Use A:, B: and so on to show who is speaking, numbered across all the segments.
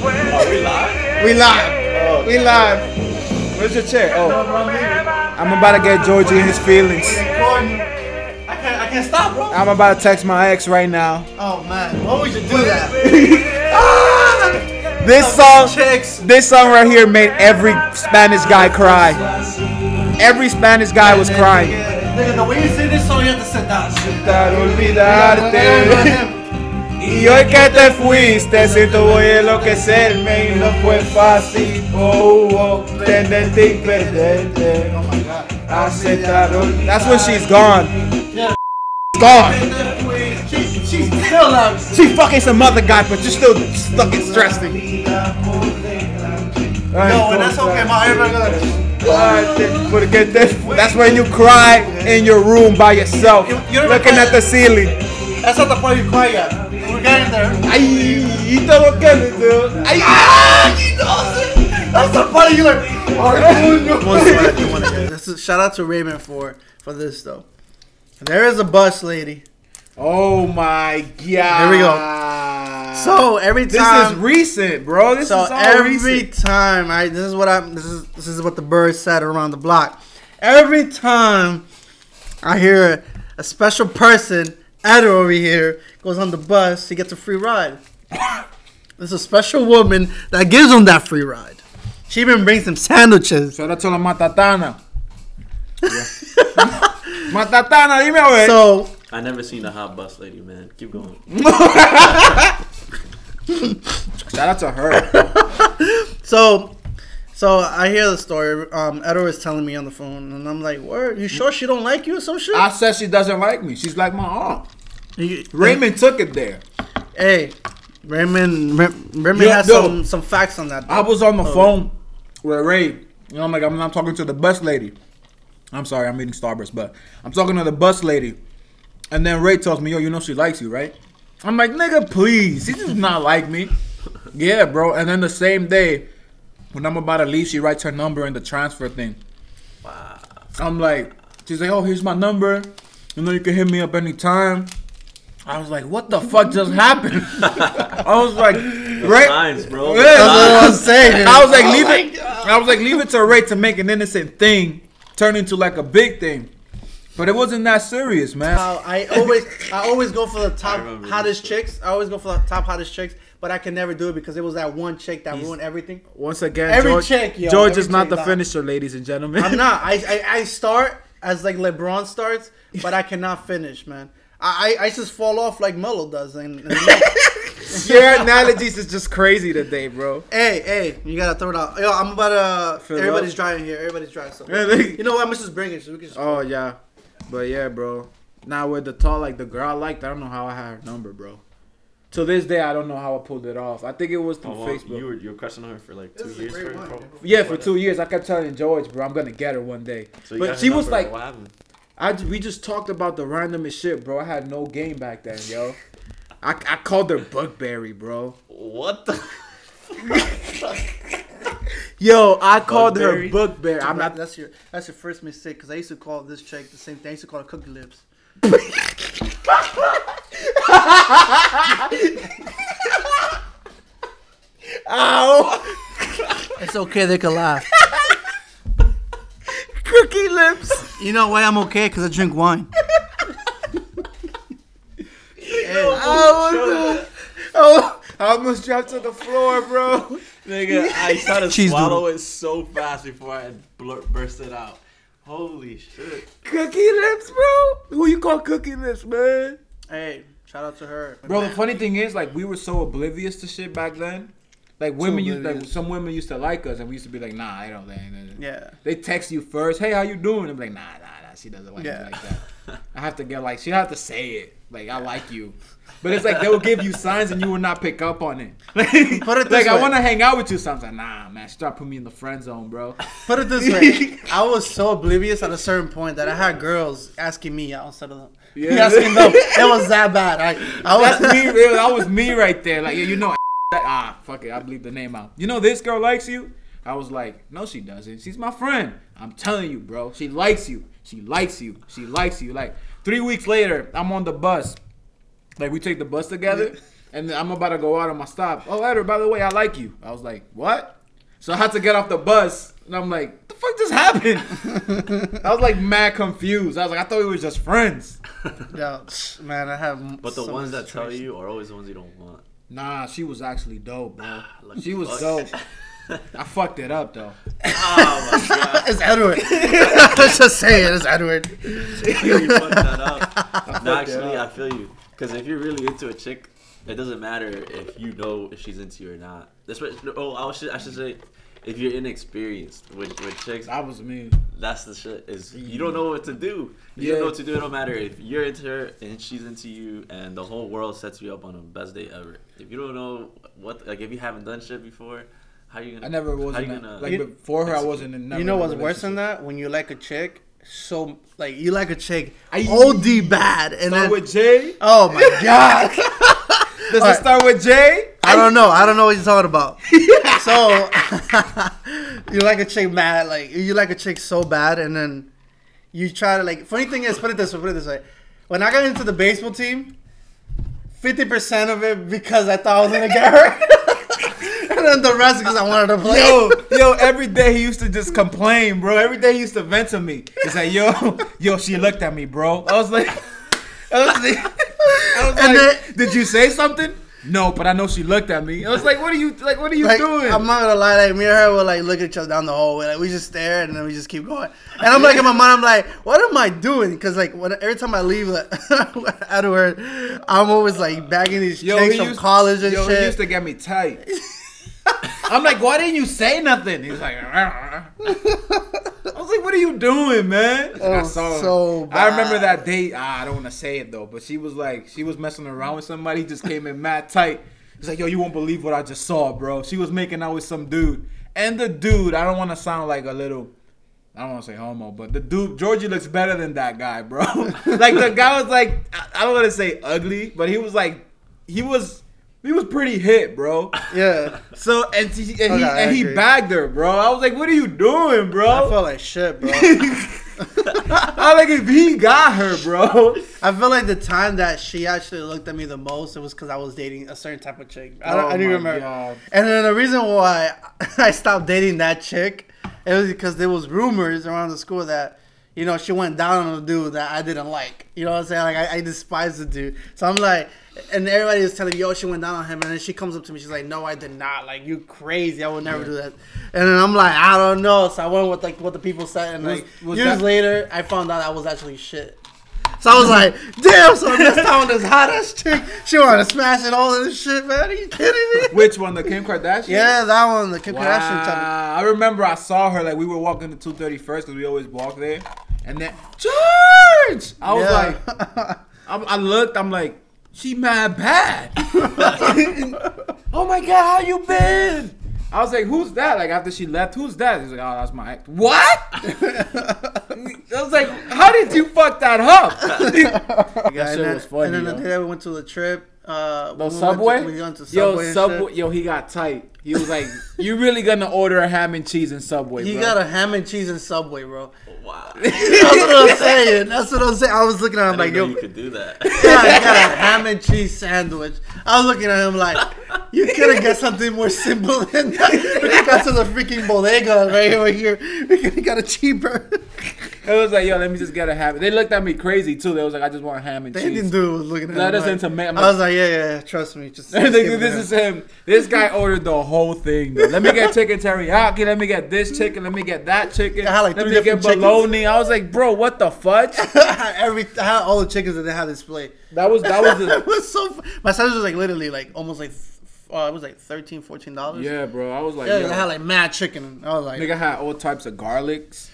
A: Are we live?
B: We live. We live. Oh. Where's your chair? Oh, I'm about to get Georgie in his feelings.
A: I can't, I can't stop, bro.
B: I'm about to text my ex right now.
C: Oh man, why would you do that? Ah!
B: This song,
C: Chicks.
B: this song right here made every Spanish guy cry. Every Spanish guy was crying.
C: Nigga, the way you sing this song, you have to sit down.
B: Y hoy que te fuiste, si tú voy a enloquecerme y no fue fácil. Oh, oh, tenerte y perderte.
C: Oh my god.
B: Aceptar olvidar. That's when she's gone.
C: Yeah.
B: Gone.
C: She's, she's still out.
B: She fucking some other guy, but you're still stuck in stressing.
C: No, and that's okay, my everybody goes,
B: Porque te- That's when you cry in your room by yourself,
C: You- you don't
B: looking at the ceiling.
C: That's not the part you cry at. We're getting there.
B: Ay, you know what gonna do? Ay,
C: You know, see? That's the part you like. One slap, you wanna get. This is, shout out to Raven for for this though. There is a bus lady.
B: Oh my god. There
C: we go.
B: go.
C: So every
B: Uh, this
C: time
B: is recent, bro. This
C: So
B: is all
C: every
B: recent.
C: time, I this is what I'm this is this is what the birds said around the block. Every time I hear a special person, Ed over here, goes on the bus, he gets a free ride. There's a special woman that gives him that free ride. She even brings him sandwiches.
B: So that's all matatana. matatana, dime a ver.
C: So
A: I never seen a hot bus lady, man. Keep going.
B: Shout out to her.
C: So, so I hear the story. Um, Edo is telling me on the phone, and I'm like, "Word, you sure she don't like you or some shit?"
B: I said she doesn't like me. She's like my aunt.
C: He-
B: Raymond took it there.
C: Hey, Raymond, Ra- Raymond
B: Yo,
C: has
B: yo.
C: some some facts on that.
B: I was on the phone with Ray. You know, I'm like, I'm not talking to the bus lady. I'm sorry, I'm eating Starburst, but I'm talking to the bus lady. And then Ray tells me, yo, you know she likes you, right? I'm like, nigga, please. She does not like me. yeah, bro. And then the same day, when I'm about to leave, she writes her number in the transfer thing. I'm like, she's like, oh, here's my number. You know, you can hit me up anytime. I was like, what the fuck just happened? I was like, right?
A: Lines, bro.
B: Yeah,
A: Lines.
B: that's what
C: I'm saying.
B: I was like, leave it. I was like, leave it to Ray to make an innocent thing turn into like a big thing. But it wasn't that serious, man.
C: How Uh, I always I always go for the top
A: remember this
C: hottest chicks. I always go for the top hottest chicks, but I can never do it because it was that one chick that ruined everything.
B: Once again,
C: Every
B: George,
C: check, yo,
B: George
C: every
B: is not
C: check
B: the
C: down.
B: finisher, ladies and gentlemen.
C: I'm not. I, I I start as like LeBron starts, but I cannot finish, man. I I, I just fall off like Melo does. And, and
B: Your analogies is just crazy today, bro.
C: hey hey, you gotta throw it out. Yo, I'm about to.
B: Fill it
C: everybody's
B: up.
C: drying here. Everybody's dry. So
B: Yeah, they-
C: you know what? I'm just bringing. So we can just,
B: Oh yeah, but yeah, bro. Now with the tall, like the girl I liked, I don't know how I had her number, bro. To this day, I don't know how I pulled it off. I think it was through
A: Oh, well,
B: Facebook.
A: you were you were crushing on her for like two
C: is a
A: years.
C: great
A: For,
C: one.
A: bro.
B: yeah, for two years, I kept telling George, bro, I'm gonna get her one day.
A: So you got
B: but
A: her
B: she was
A: number.
B: like,
A: what happened?
B: I ju- we just talked about the randomest shit, bro. I had no game back then, yo. I, I called her Bugberry, bro.
A: What the?
B: Yo, I called
A: Bugberry?
B: her Bugberry. I'm
C: I'm
B: not.
C: That's your that's your first mistake because I used to call this chick the same thing. I used to call her cookie lips.
B: Ow!
C: It's okay, they can laugh.
B: Cookie lips.
C: You know why I'm okay? Because I drink wine.
B: I was, oh, I almost dropped to the floor, bro.
A: Nigga, I tried to
C: Cheese
A: swallow it so fast before I blur- burst it out. Holy shit.
B: Cookie lips, bro. Who you call Cookie lips, man?
C: Hey, shout out to her.
B: Bro, the funny thing is, like, we were so oblivious to shit back then. Like women, used, like
C: oblivious.
B: some women used to like us, and we used to be like, Nah, I don't like.
C: Yeah.
B: They text you first, hey, how you doing? I'm like, nah, nah, nah, she doesn't like
C: Yeah.
B: me like that. I have to get like, she have to say it, like I like you. But it's like they will give you signs and you will not pick up on it. Like,
C: this
B: like, I
C: way.
B: want to hang out with you sometimes. Nah, man, stop putting me in the friend zone, bro.
C: Put it this way, I was so oblivious at a certain point that I had girls asking me out instead of them.
B: Yeah.
C: Me asking them. It was that bad. I, I
B: That's
C: was.
B: me. Real. That was me right there. Like, yeah, you know, that, ah, fuck it, I bleep the name out. You know, this girl likes you. I was like, no, she doesn't. She's my friend. I'm telling you, bro. She likes you. She likes you. She likes you. Like three weeks later, I'm on the bus. Like we take the bus together. And then I'm about to go out on my stop. Oh, Edward, by the way, I like you. I was like, what? So I had to get off the bus, and I'm like, the fuck just happened? I was like mad confused. I was like, I thought we were just friends.
C: Yeah, man, I have.
A: But the
C: so
A: ones
C: much
A: that tell
C: situation.
A: you are always the ones you don't want.
B: Nah, she was actually dope, bro.
A: Like,
B: She was
A: Ah, fuck.
B: dope. I fucked it up though.
A: oh my god.
C: it's Edward. Let's just say it. It's Edward.
A: you fucked that up. no,
B: that
A: actually, I feel you. Because if you're really into a chick, it doesn't matter if you know if she's into you or not. That's what. Oh, I should. I should say, if you're inexperienced with with chicks,
B: That was me.
A: that's the shit. Is you don't know what to do.
B: Yeah.
A: You don't know what to do. It don't matter if you're into her and she's into you, and the whole world sets you up on the best day ever. If you don't know what, like, if you haven't done shit before, how you gonna?
B: I never was
A: How
B: in
A: you
B: that.
A: gonna?
B: Like before her, I wasn't in. never
C: you know
B: in a
C: what's worse than
B: relationship.
C: that? When you like a chick, so like you like a chick,
B: Aye.
C: OD bad, and
B: Start
C: then
B: with Jay.
C: oh my god,
B: Does
C: Alright.
B: it start with Jay?
C: I don't know, I don't know what you're talking about. so you like a chick mad, like you like a chick so bad, and then you try to like. Funny thing is, put it this way, put it this way. When I got into the baseball team, fifty percent of it because I thought I was gonna get her, and then the rest because I wanted to play.
B: yo, yo, every day he used to just complain, bro. Every day he used to vent to me. It's like, yo, yo, she looked at me, bro. I was like, I was like, I was
C: And
B: like,
C: then-
B: did you say something? No, but I know she looked at me. I was like, what are you, like, what are you
C: Like,
B: doing?
C: I'm not gonna lie, like me and her will like look at each other down the hallway, like we just stare and then we just keep going. And I'm like in my mind, I'm like, what am I doing? Because like when, every time I leave like, out of work, I'm always like bagging these chicks from college and
B: yo, he
C: shit.
B: used to get me tight. I'm like, why didn't you say nothing? He's like, "Rah." I was like, what are you doing, man? And I
C: Oh,
B: saw
C: so
B: I remember
C: bad.
B: that date. Ah, I don't want to say it though, but she was like, she was messing around with somebody. Just came in mad tight. He's like, yo, you won't believe what I just saw, bro. She was making out with some dude, and the dude. I don't want to sound like a little. I don't want to say homo, but the dude Georgie looks better than that guy, bro. like the guy was like, I, I don't want to say ugly, but he was like, he was, he was pretty hit, bro.
C: yeah,
B: So and he and,
C: Okay,
B: he,
C: I
B: and he
C: agree.
B: bagged her, bro. I was like, what are you doing, bro?
C: I felt like shit, bro.
B: I like if he got her, bro.
C: I feel like the time that she actually looked at me the most, it was because I was dating a certain type of chick. I don't,
B: Oh
C: I didn't
B: my
C: remember.
B: God.
C: And then the reason why I stopped dating that chick, it was because there was rumors around the school that, you know, she went down on a dude that I didn't like. You know what I'm saying? Like I, I despise the dude. So I'm like, and everybody was telling me, yo, she went down on him, and then she comes up to me, she's like, no, I did not. Like you crazy? I would never do that. And then I'm like, I don't know. So I went with like what the people said, and
B: Was-
C: like
B: was
C: years
B: that-
C: later, I found out I was actually shit. So I was like, damn, so I missed out on this hot ass chick. She wanted to smash and all of this shit, man. Are you kidding me?
B: Which one, the Kim Kardashian?
C: Yeah, that one, the Kim
B: Wow.
C: Kardashian type.
B: I remember I saw her like we were walking to 231st because we always walk there, and then George. I was like,
C: like,
B: I, I looked. I'm like, she mad bad. oh my god, how you been? I was like, who's that? Like after she left, who's that? He's like, oh, that's my ex. What? I was like, how did you fuck that up? that
C: yeah,
B: shit
C: and, then,
B: was funny.
C: and then the
B: yo.
C: day that we went to the trip, uh,
B: The
C: when we
B: subway?
C: Went to, we went to subway.
B: yo,
C: and
B: subway.
C: shit,
B: Yo, he got tight. He was like, "You really gonna order a ham and cheese in Subway?"
C: He
B: bro.
C: got a ham and cheese and Subway, bro.
A: wow.
C: That's what I'm saying. That's what I'm saying. I was looking at him
A: I
C: like,
A: didn't
C: yo,
A: know you could do that.
C: Yeah, I got a ham and cheese sandwich. I was looking at him like, you could have got something more simple than that. We could got to the freaking bodega right over here. We could have got a cheaper.
B: It was like, "Yo, let me just get a ham." They looked at me crazy too. They was like, "I just want ham and
C: The
B: cheese."
C: Indian dude was looking at
B: That
C: him.
B: is
C: like,
B: intimate. I'm
C: I was like, yeah, yeah, yeah, trust me. Just,
B: They
C: just
B: think
C: give it
B: this
C: to
B: is
C: him.
B: him. This guy ordered the whole thing. Though. Let me get chicken teriyaki. Let me get this chicken. Let me get that chicken.
C: I had, like,
B: let
C: three
B: me get
C: different chickens.
B: bologna. I was like, bro, what the fudge?
C: Every I had all the chickens that they had displayed.
B: That was that was
C: It
B: the
C: was so. fu- My sandwich was like literally like almost like, f- uh, it was like 13 dollars.
B: yeah, bro. I was like,
C: Yeah,
B: yo,
C: they had like mad chicken. I was like,
B: nigga had all types of garlics.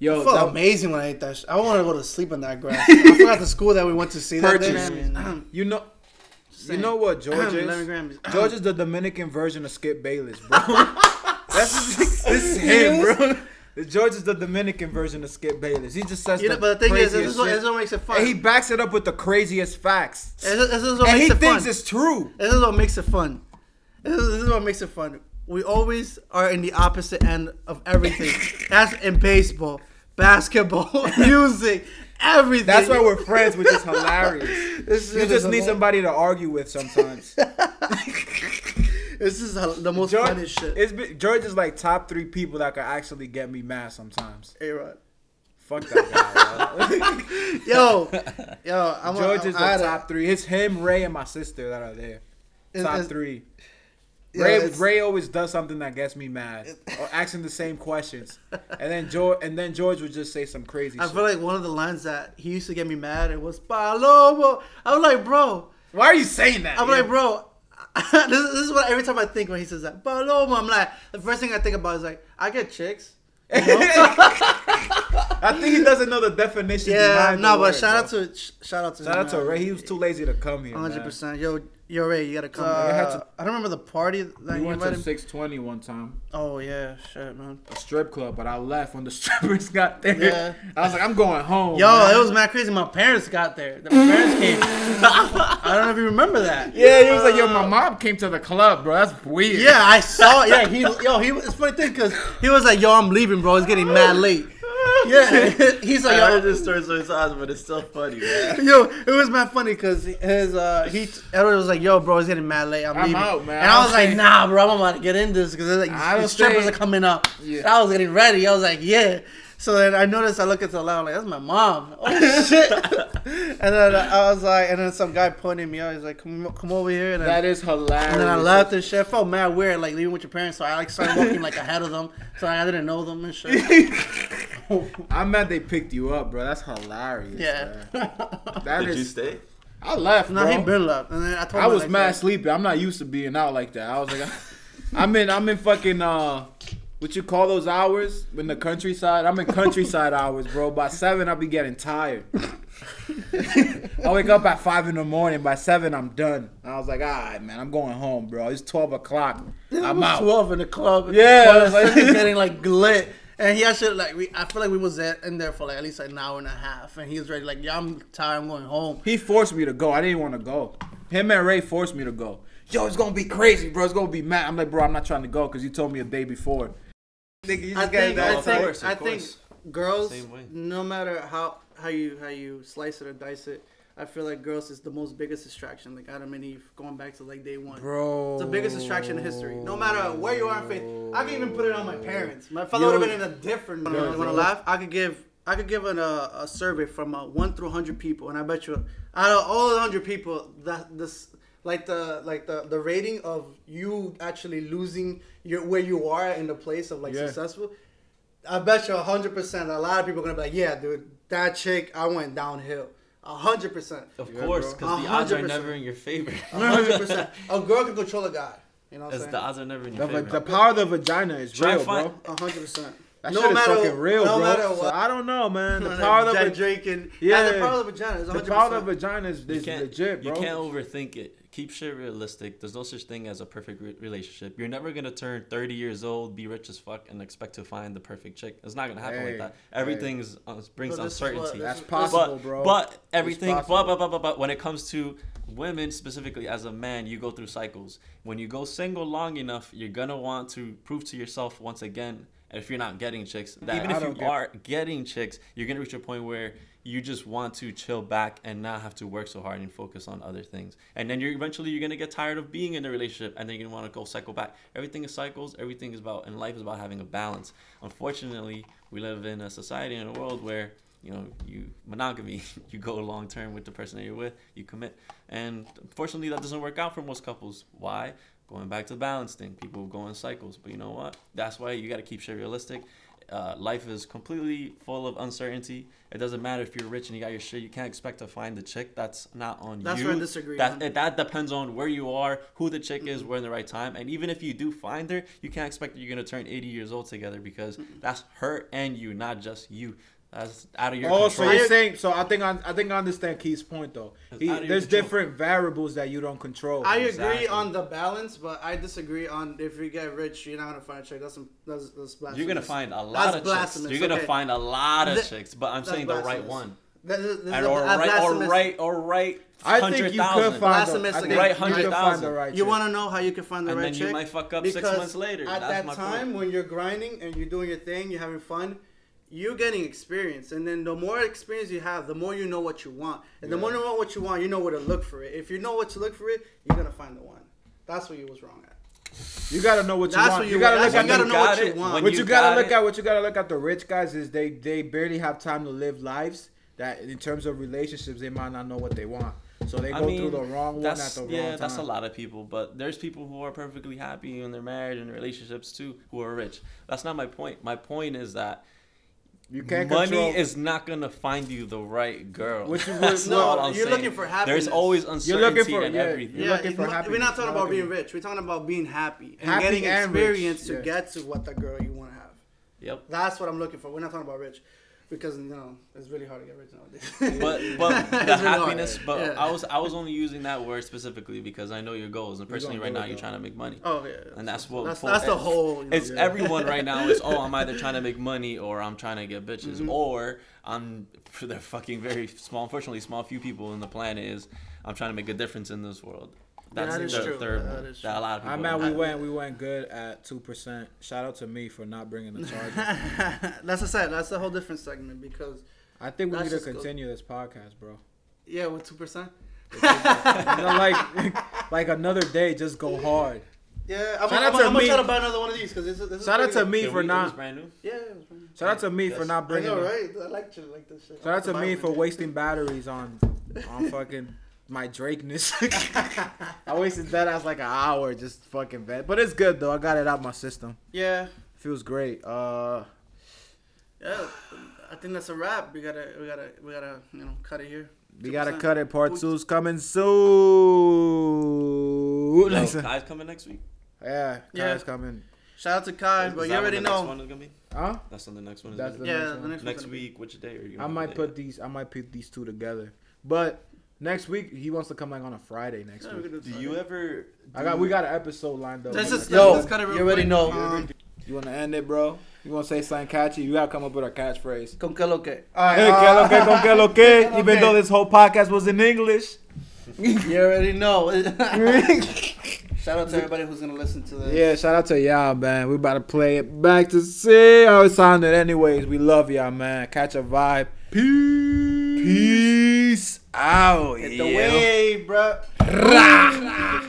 B: Yo,
C: I felt
B: that-
C: amazing when I ate that. Sh- I wanted to go to sleep in that grass. I forgot the school that we went to see that day. Mm-hmm.
B: Purchase.
C: Man.
B: you know. You
C: saying.
B: know what George
C: Lemon
B: is?
C: Grammys.
B: George is the Dominican version of Skip Bayless, bro. That's this is him, bro. The George is the Dominican version of Skip Bayless. He just says
C: You know,
B: the
C: but the thing is, this
B: craziest
C: is, what,
B: shit.
C: this is what makes it fun.
B: and he backs it up with the craziest facts.
C: this, is- this is what
B: and he
C: makes it fun.
B: thinks
C: This
B: it's true.
C: is what makes it fun. This is, this is what makes it fun. We always are in the opposite end of everything. That's in baseball, basketball, music, everything.
B: That's why we're friends, which is hilarious.
C: This
B: You
C: shit is
B: just need
C: hilarious.
B: somebody to argue with sometimes.
C: This is hel- the most
B: George,
C: funniest shit.
B: it's been, George is like top three people that could actually get me mad sometimes.
C: A Rod.
B: Fuck that guy. bro.
C: Yo, yo, I'm a-
B: George is
C: I
B: the
C: had a-
B: top three. It's him, Ray, and my sister that are there.
C: It-
B: top
C: it's-
B: three.
C: yeah,
B: Ray,
C: it's-
B: Ray always does something that gets me mad, or asking the same questions, and then George and then George would just say some crazy.
C: I
B: shit.
C: feel like one of the lines that he used to get me mad it was Palomo. I was like, bro.
B: Why are you saying that?
C: I'm
B: yo?
C: like, bro. this, is- this is what every time I think when he says that Palomo. I'm like, the first thing I think about is like, I get chicks.
B: I think he doesn't know the definition.
C: Yeah,
B: behind
C: no,
B: the
C: but
B: word,
C: shout out
B: bro.
C: to sh- shout out to
B: shout
C: him,
B: out to
C: man.
B: Ray. He was too lazy to come here. 100.
C: 100%. Yo, yo, Ray, you gotta come.
B: I had to-
C: I don't remember the party that
B: Uh, We
C: you
B: went to
C: invited. me-
B: 620 one time,
C: Oh yeah, shit, man.
B: a strip club, but I left when the strippers got there.
C: Yeah.
B: I was like, I'm going home.
C: Yo,
B: man.
C: it was mad crazy. My parents got there. The parents came. I don't know if you remember that.
B: Yeah, he was like, yo, my mom came to the club, bro. That's weird.
C: Uh, Yeah, I saw. Yeah, he. Yo, he. It's funny thing because he was like, "Yo, I'm leaving, bro. It's getting mad late." Yeah, he's like,
A: I
C: "Yo,
A: heard this story so many times, but it's still funny, man.
C: Yo, it was mad funny because his uh he Edward was like, "Yo, bro, it's getting mad late. I'm,
B: I'm
C: leaving."
B: out, man.
C: And I was
B: I
C: like,
B: was
C: "Nah, bro, I'm about to get in this because like
B: I
C: the
B: was
C: strippers
B: saying-
C: are coming up."
B: Yeah.
C: And I was getting ready. I was like, "Yeah." So then I noticed I look at the loud like that's my mom. Oh shit! and then I was like, and then some guy pointed me out. He's like, "Come come over here." And,
B: That
C: then
B: is hilarious.
C: and then I left and shit. I felt mad weird, like leaving with your parents. So I like started walking like ahead of them, so I didn't know them and shit.
B: I'm mad they picked you up, bro. That's hilarious.
C: Yeah.
B: bro. That
A: Did you
B: is.
A: stay?
B: I left,
C: no,
B: bro.
C: he been left. And then I told
B: I
C: him,
B: was
C: like,
B: mad sleepy. I'm not used to being out like that. I was like, I'm in, I'm in fucking, uh, what you call those hours in the countryside? I'm in countryside hours, bro. By seven, I'll be getting tired. I wake up at five in the morning. By seven, I'm done. I was like, all right, man, I'm going home, bro. It's twelve o'clock. I'm out.
C: 12 in the club.
B: Yeah,
C: While the
B: like-
C: sun is getting like lit. And he actually like we, I feel like we was there, in there for like at least an hour and a half, and he was ready like, yeah, I'm tired, I'm going home.
B: He forced me to go. I didn't want to go. Him and Ray forced me to go. Yo, it's gonna be crazy, bro. It's gonna be mad. I'm like, bro, I'm not trying to go because you told me a day before. Nigga, you just
C: I think,
A: that
C: I
A: off
C: think,
A: course, of
C: I think
A: course.
C: girls,
A: Same way.
C: no matter how how you how you slice it or dice it, I feel like girls is the most biggest distraction. Like Adam and Eve, going back to like day one,
B: Bro.
C: it's the biggest distraction in history. No matter where you are in faith, I can even put it on my parents. My father
B: Yo.
C: would have been in a different. You
B: Yo.
C: want to laugh? I could give. I could give an, uh, a survey from uh, one through hundred people, and I bet you, out of all the hundred people, that this like the like the, the rating of you actually losing your where you are in the place of like
B: Yeah.
C: successful, I bet you hundred percent. A lot of people are gonna be like, yeah, dude, that chick, I went downhill, hundred percent.
A: Of course,
C: bro.
A: because the odds are
C: 100%.
A: never in your favor.
C: hundred percent. A girl can control a guy. You know what I'm
A: As
C: saying?
A: the odds are never in
B: The,
A: your
B: va-
A: favor.
B: the power of the vagina is
A: Try
B: real,
A: find-
B: bro.
C: A hundred percent.
B: That shit is fucking real,
C: no
B: bro.
C: matter
B: So
C: what.
B: I don't know, man. The power of
C: Jack
B: the,
C: Drake and yeah,
B: Yeah.
C: the power of the vagina is
B: the
C: 100.
B: power of the vagina is, is
A: can't-
B: legit, bro.
A: You can't overthink it. Keep shit realistic. There's no such thing as a perfect re- relationship. You're never gonna turn 30 years old, be rich as fuck, and expect to find the perfect chick. It's not gonna happen
B: Hey,
A: like that. Everything's uh, brings
C: But this is what-
A: uncertainty.
B: That's
C: This is-
B: possible,
A: but,
B: bro.
A: But everything,
B: possible.
A: but, but, but, but, but when it comes to women specifically, as a man, you go through cycles. When you go single long enough, you're gonna want to prove to yourself once again. And if you're not getting chicks, that even
B: I
A: if you
B: don't get-
A: are getting chicks, you're gonna reach a point where you just want to chill back and not have to work so hard and focus on other things. And then you're eventually you're gonna get tired of being in a relationship, and then you're gonna want to go cycle back. Everything is cycles. Everything is about, and life is about having a balance. Unfortunately, we live in a society in a world where you know, you monogamy, you go long term with the person that you're with, you commit. And unfortunately, that doesn't work out for most couples. Why? Going back to the balance thing, people go in cycles. But you know what? That's why you got to keep shit realistic. Uh, life is completely full of uncertainty. It doesn't matter if you're rich and you got your shit. You can't expect to find the chick that's not on
C: That's
A: you.
C: where I disagree,
A: That,
C: man.
A: that depends on where you are, who the chick is, where in the right time. And even if you do find her, you can't expect that you're gonna turn 80 years old together because that's her and you, not just you. That's out of your
B: Oh, so
A: control.
B: you're saying? So I think I, I think I understand Keith's point though.
A: It's
B: He,
A: out of your
B: there's
A: control.
B: different variables that you don't control.
C: I agree
A: Exactly.
C: on the balance, but I disagree on if you get rich, you're not gonna find a chick. That's some, that's, that's blasphemous.
A: You're gonna find a lot
C: That's
A: of chicks.
C: blasphemous,
A: You're gonna
C: okay.
A: find a lot of
C: Th-
A: chicks, but I'm
C: That's
A: saying the right
C: blasphemous.
A: one.
C: This is- this is
A: And
C: a-
A: or
C: a
A: right, or
C: blasphemous-
A: right, or right.
B: I think you could
A: 100,000.
B: find.
C: Blasphemous
B: The, I think
C: again. Right,
B: you could find
A: 100,000.
B: the right.
C: You
B: chick.
C: want to know how you can find the
A: And
C: right
A: then you
C: chick?
A: might fuck up six
C: Because
A: months later.
C: At
A: That's
C: that
A: my point.
C: time, when you're grinding and you're doing your thing, you're having fun, you're getting experience, and then the more experience you have, the more you know what you want, and the more you know what you want, you know where to look for it. If you know what to look for it, you're gonna find the one. That's what you was wrong at.
B: You gotta know what you
C: That's
B: want.
C: what
B: you,
C: you
B: gotta
C: want.
B: look
C: That's
B: at
C: what you
B: the
C: gotta know what
A: got
C: you
A: it,
C: want.
A: when
B: what you, gotta
A: got
B: look
A: it-
B: at what you gotta look at the rich guys is they they barely have time to live lives that in terms of relationships they might not know what they want so they go through the wrong one at
A: that's-
B: the wrong
A: yeah,
B: time
A: that's a lot of people. But there's people who are perfectly happy in their marriage and relationships too, who are rich. That's not my point. My point is that
B: you can't
A: money
B: control
A: is not gonna find you the right girl.
B: Which is what-
A: That's
B: No,
A: all I'm
C: you're
A: saying.
C: looking for
A: There's
C: happiness.
A: always
B: You're looking
A: uncertainty
B: for-
A: in
B: yeah,
A: everything.
B: You're
C: yeah,
B: looking for
C: we're-
B: happiness,
C: we're not talking
B: not
C: about being
B: looking-
C: rich. We're talking about being happy and
B: Happy
C: getting
B: and rich,
C: experience to
B: yeah.
C: get to what the girl you want to have.
A: Yep.
C: That's what I'm looking for. We're not talking about rich, because you know it's really hard to get rich nowadays.
A: but
C: It's
A: but
C: really
A: the
C: hard.
A: happiness. But
C: Yeah.
A: I was I was only using that word specifically because I know your goals, and personally,
B: gonna
A: right
B: do
A: now
B: it,
A: you're
B: though.
A: trying to make money.
C: Oh yeah,
A: And that's what
C: that's,
A: full-
C: that's the whole. you know,
A: It's
C: yeah.
A: everyone right now is oh I'm either trying to make money or I'm trying to get bitches or I'm for the fucking very small unfortunately small few people in the planet is I'm trying to make a difference in this world. That's
C: that is
A: the
C: true.
A: third
C: That
A: one
C: is
A: that a
C: true.
A: lot of people.
B: I mean, we
A: don't have.
B: went we went good at two percent. Shout out to me for not bringing the charger.
C: that's the said. That's the whole different segment because
B: I think we
C: That's
B: need to
C: just good.
B: continue this podcast, bro.
C: yeah, with two percent.
B: You know, like like another day, just go hard.
C: Yeah, I'm,
B: Shout
C: I'm,
B: out
C: I'm,
B: to
C: gonna
B: me.
C: try to buy another one of these because this, is- this is
B: Shout out
C: pretty
B: to
C: good.
B: me
A: Can
B: for
A: we do this
B: not.
A: brand new.
C: Yeah, it was pretty good.
B: Shout out to me for
A: Yes.
B: not
C: I
B: bringing.
C: know,
B: the-
C: right? I like you like this shit.
B: Shout out to
C: Buy
B: me
C: one.
B: for wasting batteries on on fucking my Drakeness. I wasted that ass like an hour just fucking bad. But it's good though. I got it out my system.
C: Yeah,
B: Feels great. Uh
C: yeah. I think that's a wrap. We gotta, we gotta, we gotta, you know, cut it here.
B: we gotta
C: 2%.
B: cut it. Part two's coming soon.
A: Yo, guys coming next week.
B: yeah,
C: Yeah.
B: yeah. coming.
C: Shout out to Kai,
A: Is
C: but
A: that
C: you
A: when
C: already
A: the next
C: know.
A: one is gonna be?
B: Huh?
A: That's when the next one is.
B: That's
A: gonna
B: the
A: be.
C: yeah,
B: next
C: the
B: one.
C: next,
A: next
C: one's gonna be-
A: week. Which day are you?
B: I
A: gonna
B: might
A: do
B: put
A: that?
B: these I might put these two together. But next week he wants to come like on a Friday next
C: Yeah, we
B: week.
C: could
A: Do
C: Friday.
A: you ever?
B: I got we got an episode lined up.
C: Let's just,
B: Yo,
C: let's just cut it real
B: you already
C: quick.
B: know.
C: Um,
B: You want to end it, bro? You want to say something catchy? You got to come up with a catchphrase.
C: con que lo que.
B: Hey, que Eh, lo que, con que lo que, even
C: Okay.
B: though this whole podcast was in English.
C: You already know. Shout out to everybody who's gonna listen to this.
B: yeah, shout out to y'all, man. We about to play it back to see how it sounded. Anyways, we love y'all, man. Catch a vibe. Peace. Peace out.
C: Hit
B: yeah.
C: the wave, bruh.
B: Rah.